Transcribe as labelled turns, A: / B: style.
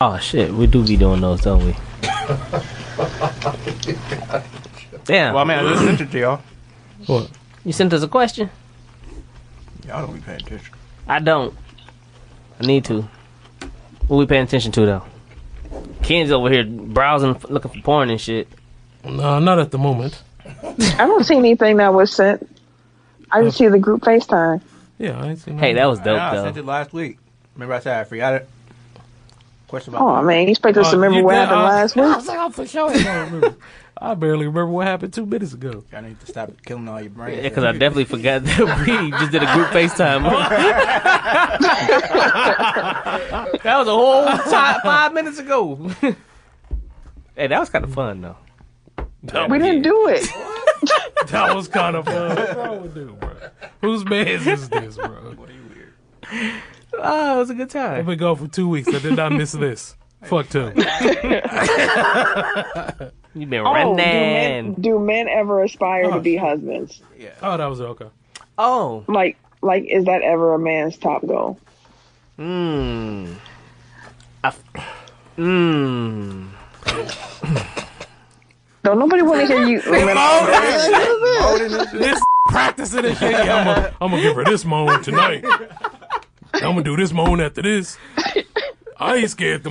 A: Oh shit, we do be doing those, don't we? Damn.
B: Well, I mean, I just sent it to y'all.
A: What? You sent us a question?
B: Y'all don't be paying attention.
A: I don't. I need to. What we paying attention to though? Ken's over here browsing, f- looking for porn and shit.
C: No, not at the moment.
D: I don't see anything that was sent. I just see the group FaceTime.
C: Yeah, I ain't seen
A: Hey, that was dope
B: Nah, I
A: though.
B: sent it last week. Remember I said I forgot it? Question about
D: Oh man, you expect us to
C: Uh,
D: remember
C: you
D: what
C: did-
D: happened
C: uh,
D: last
C: I
D: week?
C: was like, I'm for sure. I don't remember. I barely remember what happened two minutes ago.
B: I need to stop killing all your brains.
A: Yeah, because I definitely forgot that we just did a group FaceTime. that was a whole time, five minutes ago. hey, that was kind of fun though.
D: We didn't do it.
C: That was kind of fun. What's wrong with you, bro? Whose man's is this, bro?
A: Oh, it was a good
C: I've
A: time.
C: been gone for two weeks. I did not miss this. Fuck Tim.
A: You've been
D: Oh, do
A: running.
D: men, do men ever aspire
C: Uh.
D: to be husbands?
C: Oh, that was okay.
A: Oh,
D: Like, like is that ever a man's top goal?
A: mmm. Mmm.
D: Don't nobody want to hear you.
C: This practicing and shit. Yeah, I'm gonna give her this moan tonight. I'm gonna do this moan after this. I ain't scared to